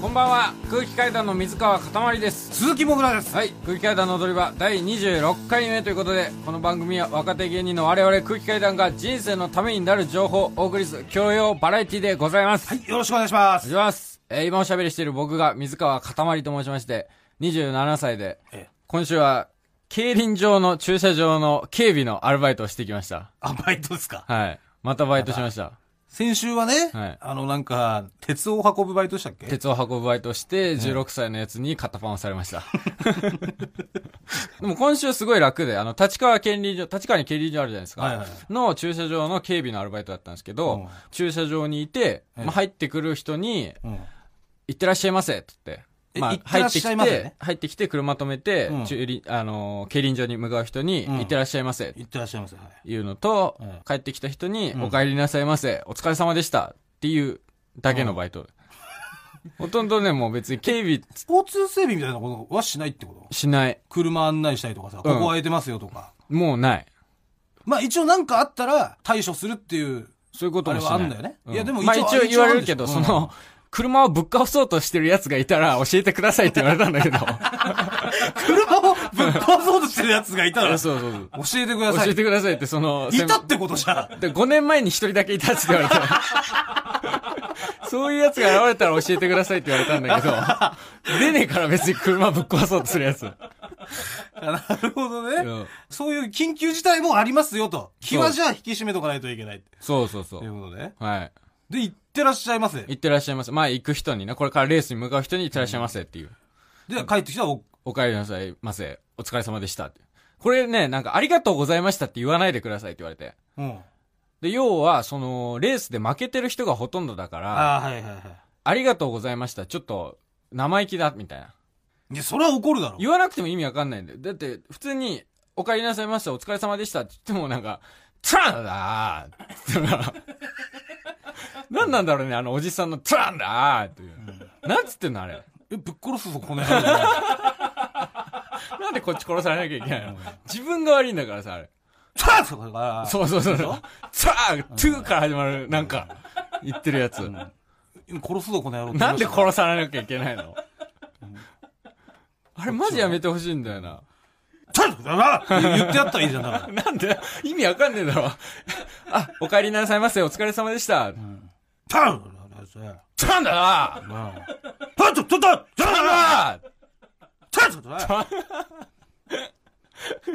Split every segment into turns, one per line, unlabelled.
こんばんは空気階段の水川かたまりです
鈴木もぐらです
はい空気階段の踊り場第26回目ということでこの番組は若手芸人の我々空気階段が人生のためになる情報をお送りする教養バラエティでございます、
はいよろしくお願いしま
お願
す
いします、えー今おしゃべりしている僕が水川かたまりと申しまして27歳で
ええ
今週は競輪場の駐車場の警備のアルバイトをしてきました
あバイトですか
はいまたバイトしました
先週はね、
はい
あのなんか鉄を運ぶバイトでしたっけ
鉄を運ぶバイトして16歳のやつに肩パンをされました でも今週すごい楽であの立川県輪場立川に競輪場あるじゃないですか、
はいはいはい
の駐車場の警備のアルバイトだったんですけど、
うん
駐車場にいて、まあ、入ってくる人に
うん
「行ってらっしゃいませ」って言って。
え
まあ、
行って
入
ら
っ
っ
き、
てしてゃいませね
入ってきて車止めて、
うん
駐輪あのー競輪場に向かう人に、
ん
行ってらっしゃいませって
行ってらっしゃいますはい
いうのと、
うん
帰ってきた人に、
ん
お帰りなさいませ、お疲れ様でしたっていうだけのバイ ト。ほとんどね、もう別に警備
交通整備みたいなことはしないってこと
しない。
車案内したりとかさ、ここ空いてますよとか。
もうない。
まあ一応なんかあったら対処するっていう。
そういうこともしない。
あれはあんだよね
う
いやでも一応
まあ一応言われるけど、
一応あ
そ
るでしょ
の、車をぶっかそうとしてる奴がいたら教えてくださいって言われたんだけ ど。
車をぶっ壊そうとしてる奴がいたら、
そう
教
そうそう。
えてく だ
教
さい。
え
い
てくださいって、その、先
たってことじゃん。
で5年前に一人だけいたって言われた。 そういう奴が現れたら教えてくださいって言われたんだけ ど、出ねえから別に車ぶっ壊そうとするやつ。
なるほど
う
ね
ん。
そういう緊急事態もありますよと。気はじゃあ引き締めとかないといけないって。
そうそうそ。
といううことで。
はい。
で、行ってらっしゃいませ。
行ってらっしゃいませ。まあ行く人にね、これからレースに向かう人に行ってらっしゃいませっていう。
で、帰ってきたらお、
お帰りなさいませ。お疲れ様でしたって。これね、なんかありがとうございましたって言わないでくださいって言われて。
うん。
で、要は、その、レースで負けてる人がほとんどだから、あ
ああ、はいはいは
りがとうございました。ちょっと、生意気だ、みたいな。
い。いや、それは怒るだろ。
言わなくても意味わかんないんだよ。だって、普通に、お帰りなさいました、お疲れ様でしたって言ってもなんか、トランだーって言うから、何なんだろうね、あのおじさんのトランだーっていう。なんつってんのあれ。
え、ぶっ殺すぞ、この辺。
なんでこっち殺されなきゃいけないの自分が悪いんだからさ、あれ。
さあとか、
そうそうそうそう。さあ、トゥーから始まる、なんか、言ってるやつ。
殺すぞ、この野郎。
なんで殺されなきゃいけないのあれマジやめてほしいんだよな。
ちょっとだな言ってやったらいいじゃん、だから。
なんで意味わかんねえだろ。 あ、お帰りなさいませ、お疲れ様でした。
たんだちょっ
たんだな
と、ちょっと、ちょっと、ち
たんだな
ょっとな、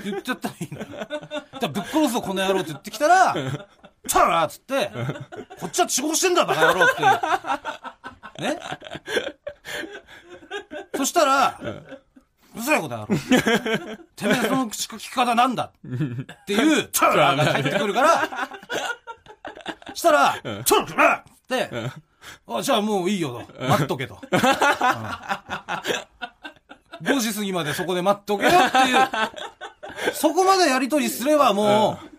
言っちゃったらいいんだよ。だからぶっ殺すぞ、この野郎って言ってきたら、ちゃうなっつって、こっちは仕事してんだ、バカ野郎って。ねそしたら、うるさいことやろ。てめえその口利き方なんだっていう、チャラが入ってくるから、したら、チャラって、あ、じゃあもういいよと。待っとけと。うん5時過ぎまでそこで待っとけよっていう、そこまでやりとりすればもう、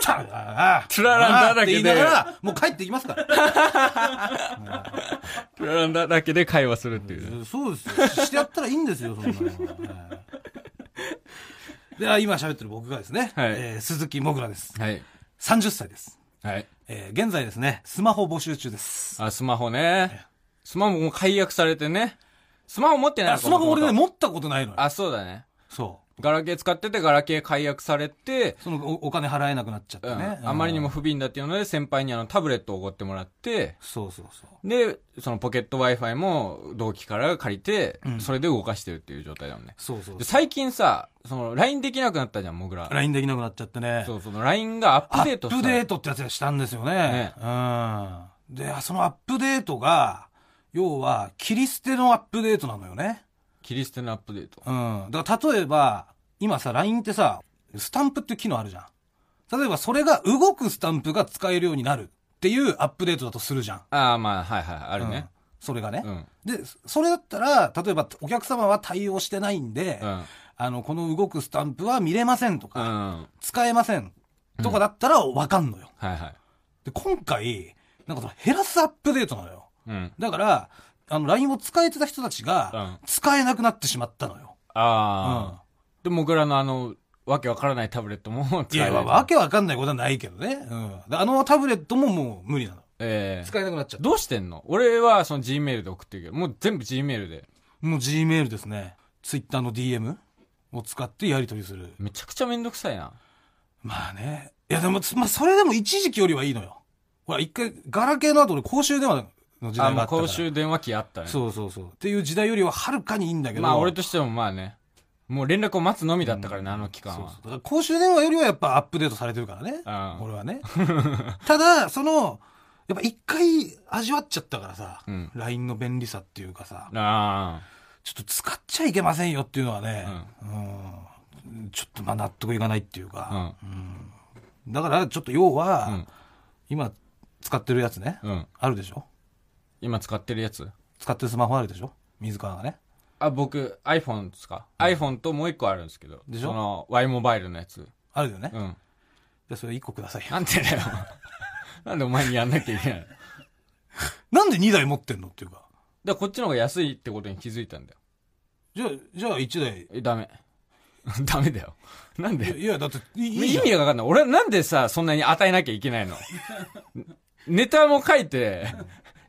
チャラ
チャラだら
って
けで
言いながら、もう帰ってきますから。
なんだだけで会話するっていう。
えーそうですよ。ししてやったらいいんですよ、そんなのは。えーでは、今喋ってる僕がですね、
はい
えー鈴木もぐらです。
はい。
30歳です。
はい。
えー現在ですね、スマホ募集中です。
あ、スマホね。スマホも解約されてね。スマホ持ってない
あ
のか
スマホ俺ね、
元々
持ったことないのよ。
あ、そうだね。
そ
ガラケー使ってて、ガラケー解約されて、
う。そのおお金払えなくなっちゃって
うん
ね。
あまりにも。不憫だっていうので、先輩にあのタブレットをおごってもらって、
そうそうそう。
で、そのポケット Wi-Fi も同期から借りて、それで動かしてるっていう状態だもんね。
そうそう
で最近さ、その LINE できなくなったじゃん、モグラ。
LINE できなくなっちゃってね。
そう、その LINE がアッ
ア
プデー
ッ
ト
プ
さ
デートってやつがしたんですよね。
ね
うん。で、そのアップデートが、要は、切り捨てのアップデートなのよね。
切り捨てのアップデート。
うん。だから例えば、今さ、LINE ってさ、スタンプって機能あるじゃん。例えばそれが動くスタンプが使えるようになるっていうアップデートだとするじゃん。
ああ、まあ、はいはい、あ
あ
るね。
それがね
う、ん。
で、それだったら、例えばお客様は対応してないんで、
うん。
あの、この動くスタンプは見れませんと
う
か、
ん。
使えませんとかだったらわかんのよ。
はいはい。
で、今回、なんかその減らすアップデートなのよ。
うん。
だから、あの、LINE を使えてた人たちが
う、
使えなくなってしまったのよ。
ああ。で、モグラのあの、わけわから ないタブレットも使
い
えな
や、
い
わけわかんないことはないけどね。うん。であのタブレットももう無理なの。
ええ
使えなくなっちゃっ
どうしてんの俺はその G メールで送ってるけど、もう全部 G メールで。
た。もう Gmail ですね。Twitter の DM を使ってやり取りする。
めちゃくちゃめんどくさいな。
まあね。いやでも、つまあそれでも一時期よりはいいのよ。ほら、一回、ガラケーの後で公衆電話の時
あ、
代
まあ
があったから。
公衆電話機あったね。
そうそうそう。っていう時代よりははるかにいいんだけど。
まあ俺としてもまあね、もう連絡を待つのみだったからね、あの期間
そうそう
は。。
だから公衆電話よりはやっぱアップデートされてるからね。
うん
俺 はね。ただ、その、やっぱ一回味わっちゃったからさ、
うん
LINE の便利さっていうかさ、
あ
ちょっと使っちゃいけませんよっていうのはね、うんちょっとまあ納得いかないっていう
あ。う
か、
ん。
だからちょっと要は、
ん
今使ってるやつね、
うん。
あるでしょ
今使ってるやつ
使ってるスマホあるでしょ水川がね。
あ、僕、iPhone ですか、?iPhone ともう一個あるんですけど。
でしょ
その、Y モバイルのやつ。
あるよね。
う
じ
ん。
ゃあそれ1個くださいよ。
なんでだ よ。なんでお前にやんなきゃいけないのだか
なんで2台持ってんのっていうか。
らこっちの方が安いってことに気づいたんだよ。
じゃあ、じゃあ1台。
え、ダメ。 ダメだよ。なん
いや
で
いや、だって、いいいいじ
意
ゃん
味がわかんない。俺はなんでさ、そんなに与えなきゃいけ ないのネタも書いて、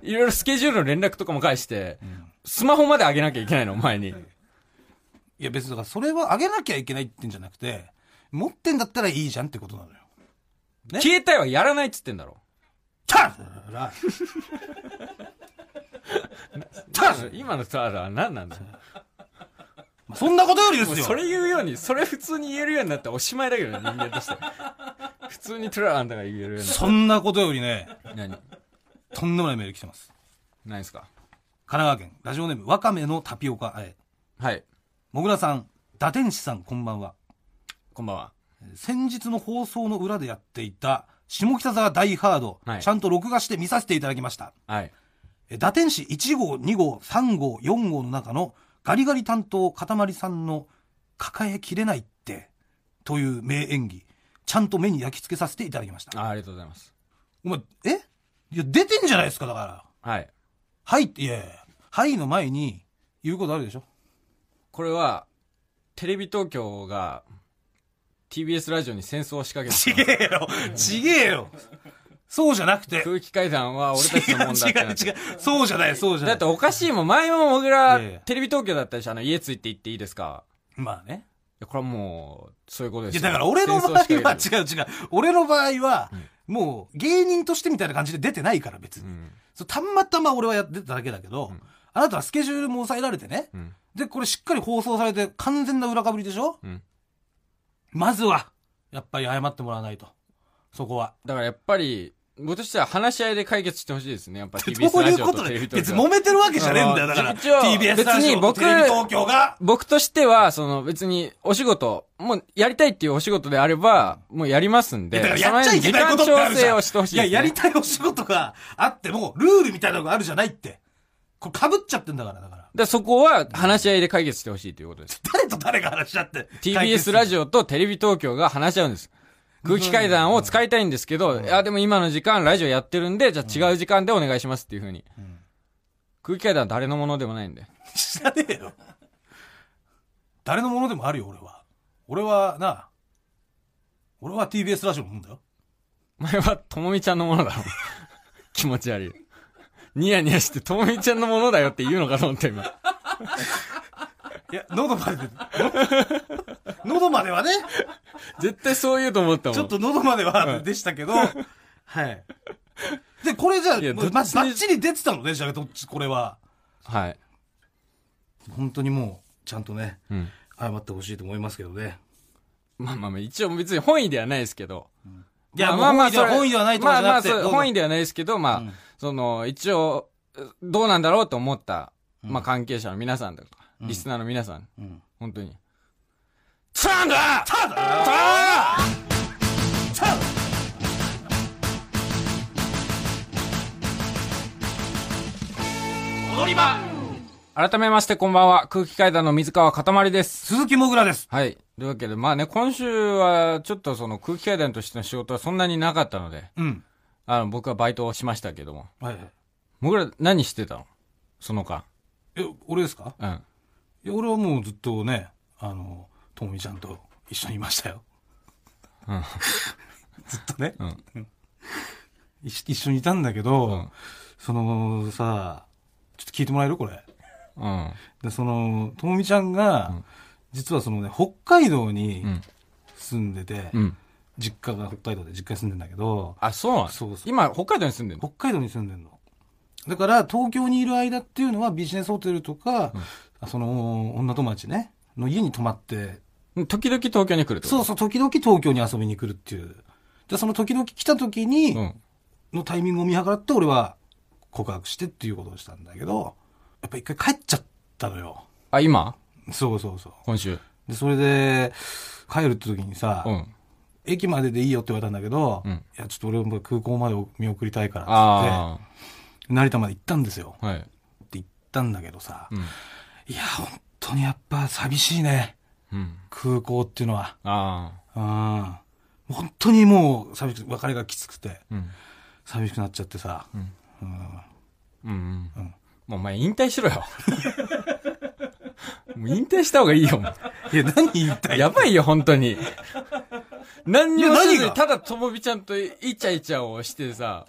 いろいろスケジュールの連絡とかも返して、スマホまで上げなきゃいけないの、お前に。
いや別にだからそれはあげなきゃいけないってんじゃなくて、持ってんだったらいいじゃんってことなのよ。ね
携帯はやらないっつってんだろ。
ターラター
今のターラは何なんだよ。
そんなことよりで
もう
すよ
それ言うように、それ普通に言えるようになったらおしまいだけどね、人間として。普通にトラアンだから言えるようになっ
そんなことよりね、
た。何
とんでもないメール来てます。
何ですか
神奈川県、ラジオネーム、わかめのタピオカあえ。
はい。
もぐらさん、打天使さん、こんばんは。
こんばんは。
先日の放送の裏でやっていた、下北沢大ハード、
はい
ちゃんと録画して見させていただきました。
はい。
え打天使1号、2号、3号、4号の中のガリガリ担当、かたまりさんの抱えきれないって、という名演技、ちゃんと目に焼き付けさせていただきました。
あありがとうございます。
お前、えいや、出てんじゃないですか、だから。
はい。
はいって、いやいやはいの前に言うことあるでしょ。
これは、テレビ東京が TBS ラジオに戦争を仕掛けた。
えよ、ちげえよ。そうじゃなくて。
空気階段は俺たちのもんだってなって。
う。そうじゃない、そうじ
だって。おかしいもん。前ももぐら
いやいや、
テレビ東京だったでしょ。あの、家ついて行っていいですか
まあね。
いやこれはもう、そういうことで
い
す
や、
よ
だから俺の場
戦争
合
を仕
は
掛けてる
違う違う。俺の場合は、もう芸人としてみたいな感じで出てないから別に。
うん
そうたまたま俺はやってただけだけど、あなたはスケジュールも抑えられてね。
うん。
で、これしっかり放送されて完全な裏かぶりでしょ
うん。
まずは、やっぱり謝ってもらわないと。そこは。
だからやっぱり、僕としては話し合いで解決してほしいですね。やっぱ
そう
TBS
い
ラ
う
ジ
こ
オと
と
テレ
で、
ビ
別
東京
に揉。めてるわけじゃねえんだよ。だから、
一応
TBS ラジ
別
オ
に
と
僕
テレビ東京が。
僕としては、その別にお仕事、もうやりたいっていうお仕事であれば、もうやりますん
だか
で、
らやっちゃいけないことって
その
あ
辺
る
に時間調
じ
整
ゃん。
をしてほしい
い
です
や、
ね。
やりたいお仕事があっても、ルールみたいなのがあるじゃないって。これ被っちゃってんだから、だから。
で、そこは話し合いで解決してほしいということです。
誰と誰が話し合って。
TBS ラ
ジ
ジオとテレビ東京が話し合うんです。空気階段を使いたいんですけど、いや、でも今の時間ラジオやってるんで、じゃあ違う時間でお願いしますっていうふうに。空気階段は誰のものでもないんで。
オ。知らねえよ。誰のものでもあるよ、俺は。俺は、な、俺は TBS ラジオのもんだよ。
お前はともみちゃんのものだろ。 気持ち悪い。ニヤニヤしてともみちゃんのものだよって言うのかと思った今。
いや、喉までで、 喉まではね、
絶対そう言うと思ったもん。
ちょっと喉まではでした けど、はい。で、これじゃ
いや
あ、
どっちに
まずバッチリ出てたのね、じゃあ、どっち、これは。
はい。
本当にもう、ちゃんとね、
うん。
謝ってほしいと思いますけどね。
まあまあまあ、一応別に本意ではないですけど。
いや、まあまあ、本意ではないとかじゃなくて。
まあまあそう、本意
意。
ではないですけど、まあ、
うん
その、一応、どうなんだろうと思った、
ん
まあ関係者の皆さんとか、
ん
リスナーの皆さん、
うん。
本当に。チャンだ
ただただ踊り場
改めましてこんばんは、空気階段の水川かたまりです。
鈴木もぐらです。
はい。というわけで、まあね、今週は、ちょっとその空気階段としての仕事はそんなになかったので、
うん。
あの、僕はバイトをしましたけども。
はいはい。
僕ら何してたのその間。
え、俺ですか
うん。
いや、俺はもうずっとね、あの、ともみちゃんと 一緒にいましたよ。
うん
ずっとね。
うん
一一緒にいたんだけど、
うん
そのさ、ちょっと聞いてもらえるこれ。
うん。
で、その、ともみちゃんが、
うん
実はそのね、北海道に
うん。
住んでて、
うん。
実家が北海道で実家に住んでんだけど、
あ、そうなん
そうそう
今、北海道に住んでるの
北海道に住んでんの。だから、東京にいる間っていうのはビジネスホテルとか、その、女友達ね、の家に泊まって、
時々東京に来るって
そううそう、時々東京に遊びに来るっていう。で、その時々来た時に、
うん。
のタイミングを見計らって俺は告白してっていうことをしたんだけど、やっぱ一回帰っちゃったのよ。
あ、今
そうそうそう。
今週。
で、それで、帰るって時にさ、
うん。
駅まででいいよって言われたんだけど、
うん
いや、ちょっと俺も空港まで見送りたいからっつっ
あ
て、成田まで行ったんですよ。
あ。はい。
って言ったんだけどさ、
うん。
いや、本当にやっぱ寂しいね。
うん。
空港っていうのは。
あ
うん。もう本当にもう寂しく、別れがきつくて、
あ。うん。
寂しくなっちゃってさ、
うん
うん
うんうん
うん
もうお前引退しろよ。 もう引退した方がいいよ。
いや、何言いたい
やばいよ、本当に。何にもせ
い
ず
や何が
に、ただともびちゃんとイチャイチャをしてさ、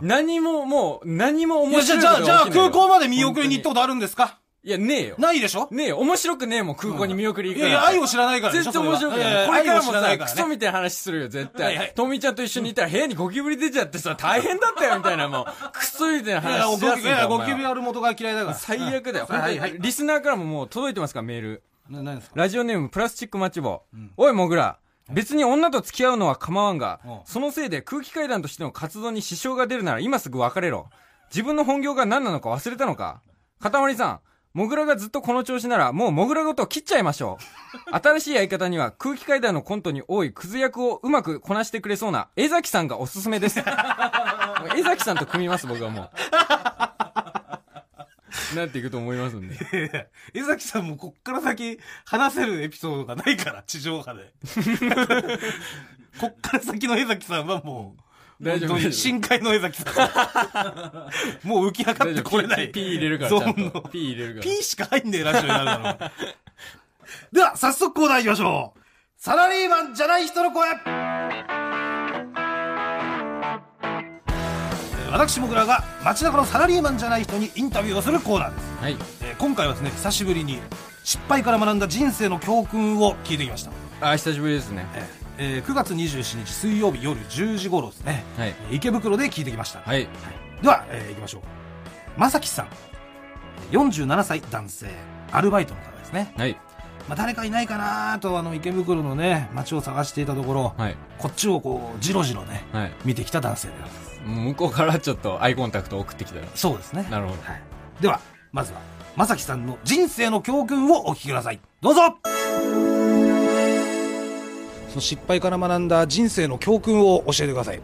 何ももう、何も
いや
面
じゃ
白
あ、
いことが
じゃあ、じゃあ
起きないよ
空港まで見送りに行ったことあるんですか
いや、ねえよ。
ないでしょ
ねえよ。面白くねえもん、空港に見送り
い
行く
や
ないん
や、
て
愛を知らないからで
全
しょ
然面白く
それ
ない。
は
これからも
愛を知らな
さ、
いから
ク
ね
ソみたいな話するよ、絶
はいはい
対。とみちゃんと一緒にいたら部屋にゴキブリ出ちゃってさ、大変だったよ、みたいな、もう。クソみたいない
や、
話
ゴ
しやすい
キブ
んだ
リ、
よお
ゴ
前
キブリ
は
ある元が嫌いだから。
最悪だよ。
は
本
いは
当
い
に、リスナーからももう届いてますから、メール。
な何ですか
ラジオネームプラスチックマッチ棒。おい、モグラ。別に女と付き合うのは構わんが
うん、
そのせいで空気階段としての活動に支障が出るなら今すぐ別れろ。自分の本業が何なのか忘れたのか。かたまりさん、モグラがずっとこの調子なら、もうモグラごと切っちゃいましょ う。新しい相方には空気階段のコントに多いクズ役をうまくこなしてくれそうな江崎さんがおすすめ です。もう江崎さんと組みます、僕はもう。なっていくと思いますんで。
江崎さんもこっから先話せるエピソードがないから、 地上波で。こっから先の江崎さんはもう、
大丈夫大
本当
丈夫
に深海の江崎さ ん。もう浮き上がってこれない。
ピーピー入れるから、ち
ゾ
ゃん
ーン
と。
の。
ピー入れるから。
ピーしか入んねえラジオになるだろ う。では、早速コーナー行きましょう。サラリーマンじゃない人の声えー私、もぐらが街中のサラリーマンじゃない人にインタビューをするコーナーです。
はい。
えー今回はですね、久しぶりに失敗から学んだ人生の教訓を聞いてきました。
あ、久しぶりですね。
えーえー9月27日水曜日夜10時頃ですね、
はい。
えー池袋で聞いてきました。
はい。
では、えー、いきましょうまさきさん47歳男性アルバイトの方ですね、
はい。
まあ、誰かいないかなとあの池袋のね街を探していたところ、
はい。
こっちをこうじろじろね
はい。
見てきた男性でございます
向こうからちょっとアイコンタクト送ってきたら。
そうですね
なるほど。
はい、ではまずはまさきさんの人生の教訓をお聞きくださいどうぞその失敗から学んだ人生の教訓を教えてください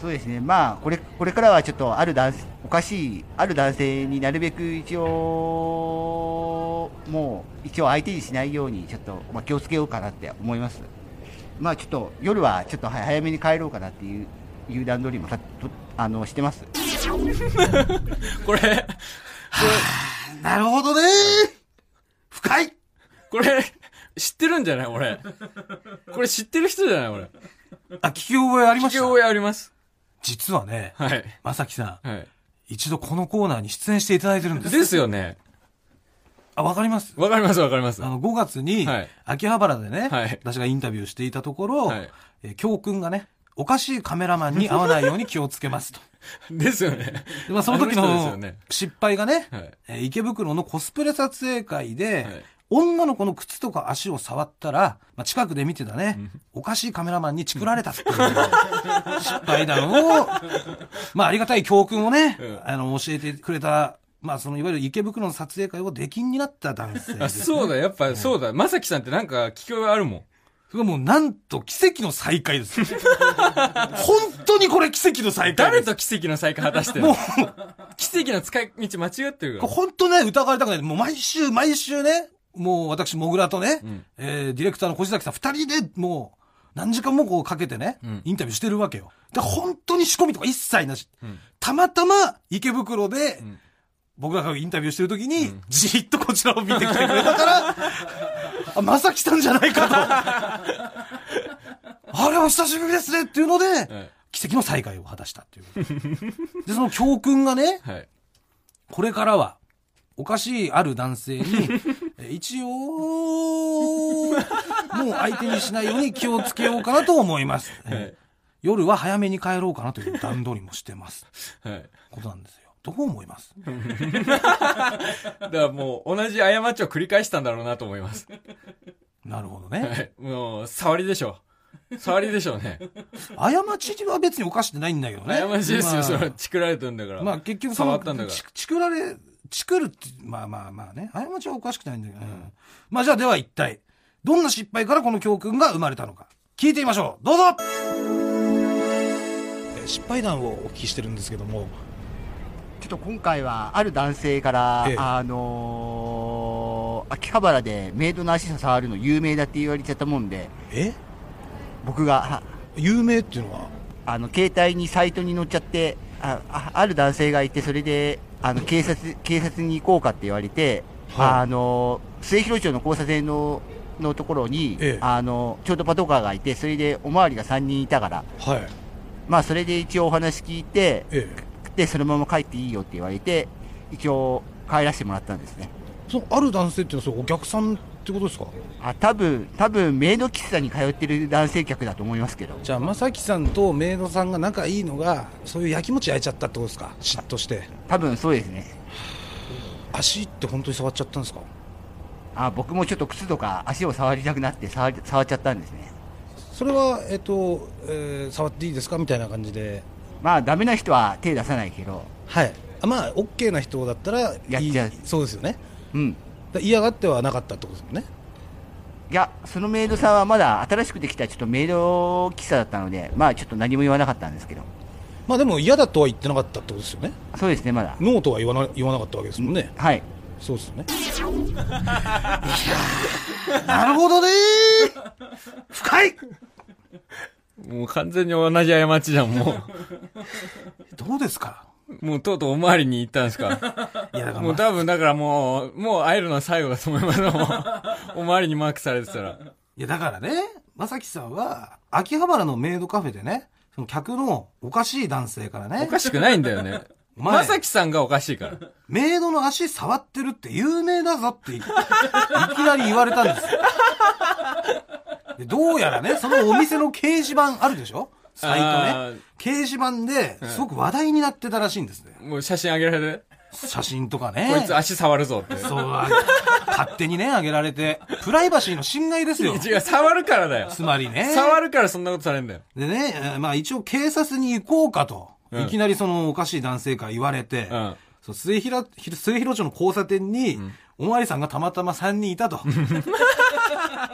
そうですね、まあこれこれからはちょっとある男性おかしいある男性になるべく一応もう一応相手にしないようにちょっと、まあ、気をつけようかなって思いますまあちょっと夜はちょっとは早めに帰ろうかなっていういう段取りもさとあのしてます
これ、
なるほどね深い
これ、知ってるんじゃない俺。これ知ってる人じゃない俺。
あ聞き覚えありま
聞
し
き
た
覚えあります。
実はね、
はい。
まさきさ
はい。
ん、一度このコーナーに出演していただいてるんです。
ですよね。
あ、わかります
わかりますわかります
あ。の、5月に
はい、
秋葉原でね、
はい
私がインタビューしていたところ、
はい
えー教訓がね、おかしいカメラマンに会わないように気をつけますと。
ですよね。
でまあ、その時
あ人です
の
よね。
失敗がね、
はい。
えー池袋のコスプレ撮影会で、
はい
女の子の靴とか足を触ったら、まあ、近くで見てたね、おかしいカメラマンにチクられたって いう失敗談を、まあ、ありがたい教訓をね、
うん
あの、教えてくれた、まあ、その、いわゆる池袋の撮影会を出禁になった男性 で
あ、
す。
そうだ、やっぱそうだ。まさきさんってなんか聞き覚えあるもん。
それがもう、なんと奇跡の再会で す。本当にこれ奇跡の再会
誰
です。
と奇跡の再会果たしてる
もう、
奇跡の使い道間違ってる
こ
か
れ本当ね、疑われたくない。もう毎週、毎週ね、もう私、もぐらとね、
うん
えーディレクターの小崎さん二人でもう、何時間もこうかけてね、
うん
インタビューしてるわけよ。だから本当に仕込みとか一切なし。
ら。うん。
たまたま池袋で、
ん
僕らがインタビューしてる時に、
うん
じーっとこちらを見てきてくれ たから、あ、まさきさんじゃないかと。あれは久しぶりですねっていうので、
はい
奇跡の再会を果たしたっていうことで。で、その教訓がね、
はい。
これからは、おかしいある男 性に、え一応、もう相手にしないように気をつけようかなと思います。
はい。
夜は早めに帰ろうかなという段取りもしてます。
はい。
ことなんですよ。どう思います
だからもう、同じ過ちを繰り返したんだろうなと思います。
なるほど
は
ね。
い。 もう、触りでしょう。触りでしょう ね。
過ちは別に犯してないんだけどね。
過ちです
ま
よ、
あ
それは。チクられてるんだから。
まあ結局その
触ったんだか
ちちくられ、ちくるって、まあまあまあね。過ちはおかしくないんだけどね。まあじゃあでは一体、どんな失敗からこの教訓が生まれたのか。聞いてみましょう。どうぞ
えー失敗談をお聞きしてるんですけども
ちょっと今回はある男性から、
ええ
あのー秋葉原でメイドの足触るの有名だって言われちゃったもんで、
え
僕が、は
有名っていうのは
あの、携帯にサイトに載っちゃって、あ、あある男性がいて、それで、あの、警察、警察に行こうかって言われて、
はい
あの、末広町の交差点の、のところに、
ええ
あの、ちょうどパトカーがいて、それでおまわりが3人いたから、
はい
まあ、それで一応お話聞いて、
ええ
で、そのまま帰っていいよって言われて、一応帰らせてもらったんですね。
そのある男性っていうのはそうお客さんってことですか
あ、多分、多分、メイド喫茶に通ってる男性客だと思いますけど。
じゃあ正樹さんとメイドさんが仲いいのがそういうやきもち焼いちゃったってことですか嫉妬して
多分そうですね。
足って本当に触っちゃったんですか
あ、僕もちょっと靴とか足を触りたくなって触り触っちゃったんですね。
それはえっ、と、えー触っていいですかみたいな感じで
まあ、ダメな人は手出さないけど、
はいあまあ OK な人だったらいい
やっちゃう
そうですよね
うん。
だ嫌がってはなかったってことですもんね
いや、そのメイドさんはまだ新しくできたちょっとメイド喫茶だったので、まあちょっと何も言わなかったんですけど、
まあでも嫌だとは言ってなかったってことですよね
そうですね、まだ。
ノーとは言わな言わなかったわけですもんね、
はい。
そうですよね
なるほどね深い
ら。もう完全に同じ過ちじゃん、も
どうですか
う。もうとうとうおまわりに行ったんです か。
いやだから、
もう
ま
多分だからもう、もう会えるのは最後だと思い ます。もうおまわりにマークされてたら。
いやだからね、まさきさんは、秋葉原のメイドカフェでね、その客のおかしい男性から
お
ね、
かしくないんだよね。
お前
まさきさんがおかしいから。
メイドの足触ってるって有名だぞってい、いきなり言われたんですよ。でどうやらね、そのお店の掲示板あるでしょサ
あ
イト
ー
ね。掲示板で、すごく話題になってたらしいんですね。
もう写真あげられる
写真とかね。
こいつ足触るぞって。
そう、あ勝手にね、あげられて。プライバシーの侵害ですよ。
違う、触るからだよ。
つまりね。
触るからそんなことされるんだよ。
でね、えーまあ一応警察に行こうかと、
うん
いきなりそのおかしい男性から言われて、
うん
そう末広末広町の交差点に、おまわりさんがたまたま3人いたと。だか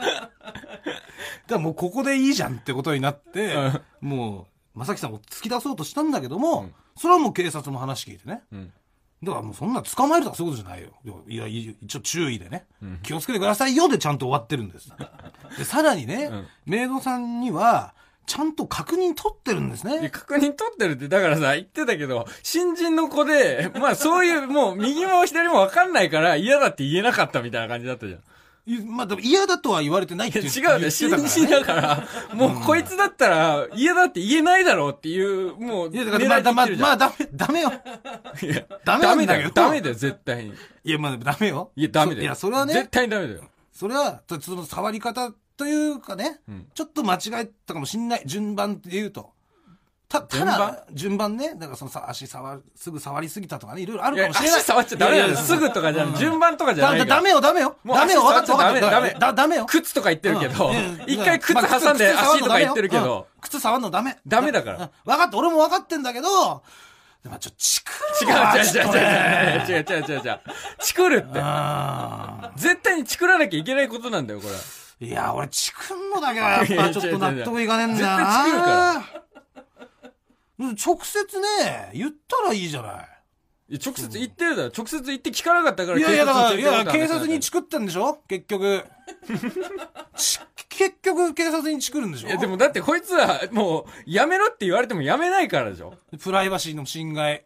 らもうここでいいじゃんってことになって、もう、まさきさんを突き出そうとしたんだけども、それはもう警察も話聞いてね。
ん
だからもうそんな捕まえるとかそういうことじゃないよ。いや、いや一応注意でね、気をつけてくださいよでちゃんと終わってるんです。で、さらにね、メイドさんには、ちゃんと確認取ってるんです
いや
ね。
確認取ってるって、だからさ、言ってたけど、新人の子で、 まあそういう、もう右も左もわかんないから嫌だって言えなかったみたいな感じだったじゃん。
いまあ、でも嫌だとは言われてないって
い
言って
や違うね、
言ってた
新
から
人だから、もうこいつだったら嫌だって言えないだろうっていう、もう、
いや、だからまあ、だまあ、
狙いに行ってるじゃん
まあ、ダメ、ダメよ。
いや
ダメな
ダ
ん
メ
だ
だ
けど
よ、ダメだよ、絶対に。
いや、まあ、ダメよ。
いや、ダメだよ。
いや、それは
絶
ね、
対にダメだよ。
それは、たその触り方というかね、ちょっと間違えたかもしんない。順番で言うと。た、ただ、順番ね、だからそのさ、足触る、すぐ触りすぎたとかね、いろいろある
い
か
や、
もしれない。
足触っちゃダメだ
いやい
よ。
や
すぐとかじゃん、順番とかじゃ
だ
ない
だ
から。
ダメよ、ダメよ。
もう
ダメよ、
足
わかった、わか
触
っ
っちゃ
た。
ダメ
だダメよ。
靴とか言ってるけど
うんいや、
一回靴
まあ
挟んで
靴触
足と
るの
か
ダメ
言
よ
ってるけど、
うん靴触るのダメ。
ダメだから
うん。分かった、俺も分かってんだけど、でもちょっとチク
違う違う違う違う違う違う
るのはちょっとね
違う違う違う。チクるって。
あ
絶対にチクらなきゃいけないことなんだよ、これ。
ーいや、俺チクんのだけはやっぱちょっと納得いかねえんだよ
いや違う違う違う絶
な。うん直接ね、言ったらいいじゃない。
いや直接言ってるだろ。直接言って聞かなかったから、
いやいや、だから、い
警察に連れてこ
や、
とはな
警
かった
察にチクったんでしょ結局。 ち結局、警察にチクるんでしょ
いや、でもだってこいつは、もう、やめろって言われてもやめないからでしょ。
プライバシーの侵害。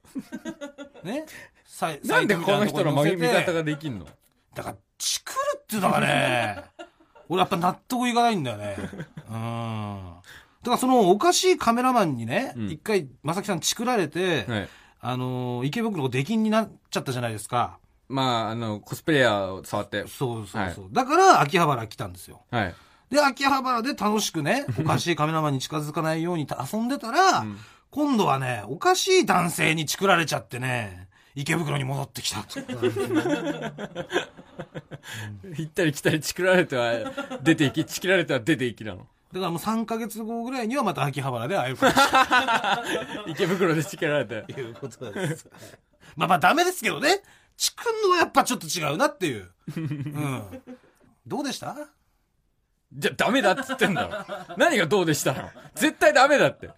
ねさ
なんでこの人の
サイ
味
トみたいなと
方
こに載せて
ができんの
だから、チクる っていうのがね、俺やっぱ納得いかないんだよね。うん。からそのおかしいカメラマンにね、
うん
一回、まさきさんチクられて、
はい。
あのー池袋出禁になっちゃったじゃないですか。
まあ、あの、コスプレイヤーを触って。
そうそうそう。だから、秋葉原来たんですよ。
はい。
で、秋葉原で楽しくね、おかしいカメラマンに近づかないようにた遊んでたら、
ん
今度はね、おかしい男性にチクられちゃってね、池袋に戻ってきた と。
行ったり来たり、チクられては出ていき、チキられては出ていきなの。
だからもう3ヶ月後ぐらいにはまた秋葉原で会えるかもしれない
池袋でチキられて。
ということです。 まあまあダメですけどね。チクんのはやっぱちょっと違うなっていう。うん。どうでした
じゃ、ダメだっつってんだろ。何がどうでしたの絶対ダメだって。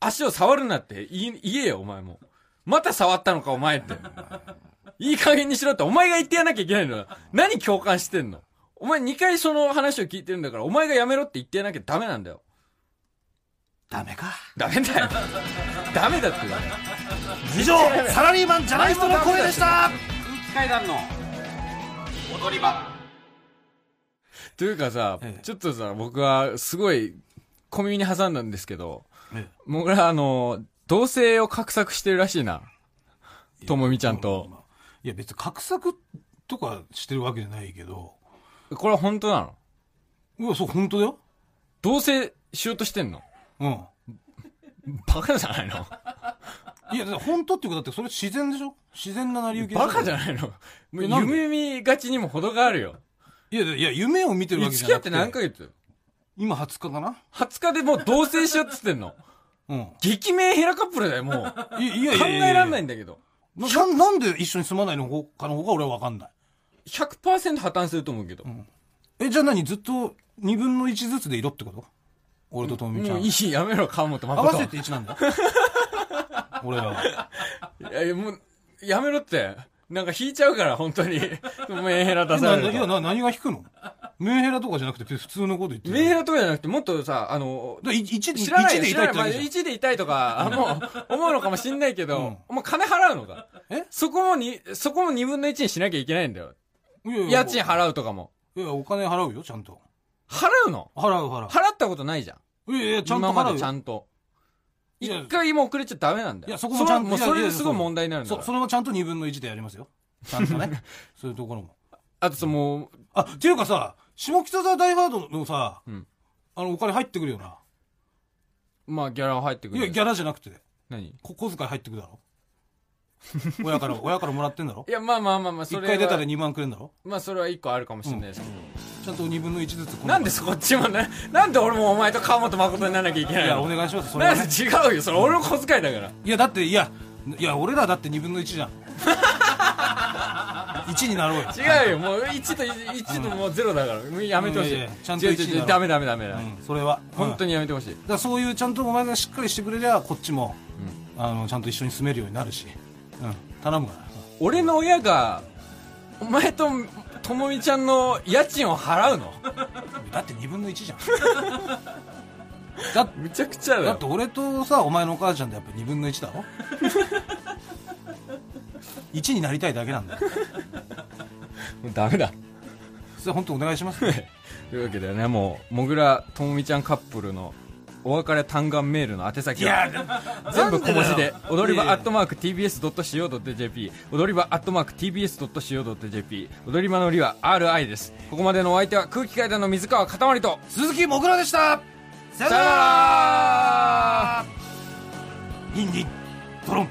足を触るなって言い言えよ、お前も。また触ったのか、お前って。いい加減にしろって、お前が言ってやんなきゃいけないのは何共感してんのお前2回その話を聞いてるんだから、お前がやめろって言ってやんなきゃダメなんだよ。
ダメか。
ダメだよ。ダメだって。
以上、サラリーマンじゃない人の声でした
階段の踊り場
というかさ、
ええ
ちょっとさ、僕はすごい小耳に挟んだんですけど、
え
もう俺はあの、同性を画策してるらしいな。ともみちゃんと。
いや別に画策とかしてるわけじゃないけど。
これは本当なの
うわ、そう、本当だよ。
同性しようとしてんの
うん。
バカじゃない の
いや、だって本当っていうことだって、それ自然でしょ自然な成り行き
バカじゃ
い
ないのもう
えなんで
夢見がちにも程があるよ。
いや、いや、夢を見てるわけじ
付
ゃ
き合
な
っ
く
て
て。
何ヶ月
今20日かな
?20 日でもう同性しようって言ってんの。
うん。
激名ヘラカップルだよ、もう。
いいやい
考
や
えらんない
い
んだけど。
や。な、なんで一緒に住まないのかの方が俺はわかんない。
100%破綻すると思うけど。も
え、じゃあ何ずっと2分の1ずつでいろってこと俺とともみちゃ。
うんいい、やめろ、川本
合わ
誠。
せて1なんだ よ。俺らは。
いやいや、もう、やめろって。なんか引いちゃうから、本当 に。メンヘラ出
な
さ
な
れる
いや
と。
な、何が引くのメンヘラとかじゃなくて普通のこと言ってる。
メンヘラとかじゃなくて、もっとさ、あの、
だ1で、
知らない
一
よ、
で
知
いたい
らない。
って
まあ、
だけじゃ
1
ん。
でいたいと か、あもう、思うのかもしんないけど、お前金払うのか。
え
そこもに、そこも2分の1にしなきゃいけないんだよ。
いやいや
家賃払うとかも。
いや、お金払うよ、ちゃんと。
払うの
払う払う。
払ったことないじゃん。
いやいや、ちゃんと
今ま
払う
でち
よ
ゃ。んと。
いや
一回も遅れちゃダメなんだよ。
いやそこもちゃん
それも
といや
うそれ
いやい
で
や
すごい問題になるんだ
そ
か
そ
ら。
れもちゃんと2分の1でやりますよ。ちゃんとね。 そういうところも。
あとその、
あ、っていうかさ、下北沢大ハードのさ、
うん
あの、お金入ってくるよな。
まあ、ギャラ入ってくる。
いや、ギャラじゃなくて、
何い
こ小遣い入ってくるだろ。 親から、親からもらってんだろ。
や、まあまあまあまあ、そ
一
れは。
回出たら2万くれんだろ。
まあそれは一個あるかもしれないですけど、
ちゃんと2分の1ずつ。
なんでそこっちもねなんで俺もお前と川本誠にならなきゃいけ
い
ない
や、
の
お願いします、それ
な
は
ん
ね。
で違うよそれ俺の小遣いだから
いや、だって、いや、いや、俺らだって2分の1じゃん。1になろうよ。
違うよもう1と1ともうゼロだからもうやめてほしい,、
いやいやちゃんと
違う
一
違う
になろう
ダメダメダメダメ、
うん、それは。
本当
に。
にやめてほしい
だからそういう、ちゃんとお前がしっかりしてくれりゃ、こっちも、あの、ちゃんと一緒に住めるようになるし。うん、頼むから。
俺の親がお前とともみちゃんの家賃を払うの
だって2分の1じゃんだ
むちゃくちゃだ
だっ
よ
て俺とさお前のお母ちゃんってやっぱ2分の1だろ 1になりたいだけなんだよ
もうダメだ
それ本当お願いしま す、ね、
というわけでねもうもぐらともみちゃんカップルのお別れ嘆願メールの宛先は全部小文字で踊り場アットマーク TBS.CO.JP 踊り場アットマーク TBS.CO.JP 踊り場のりは RI ですここまでのお相手は空気階段の水川かたまりと
鈴木もぐらでしたさよ
さよなら
ニンニンドロン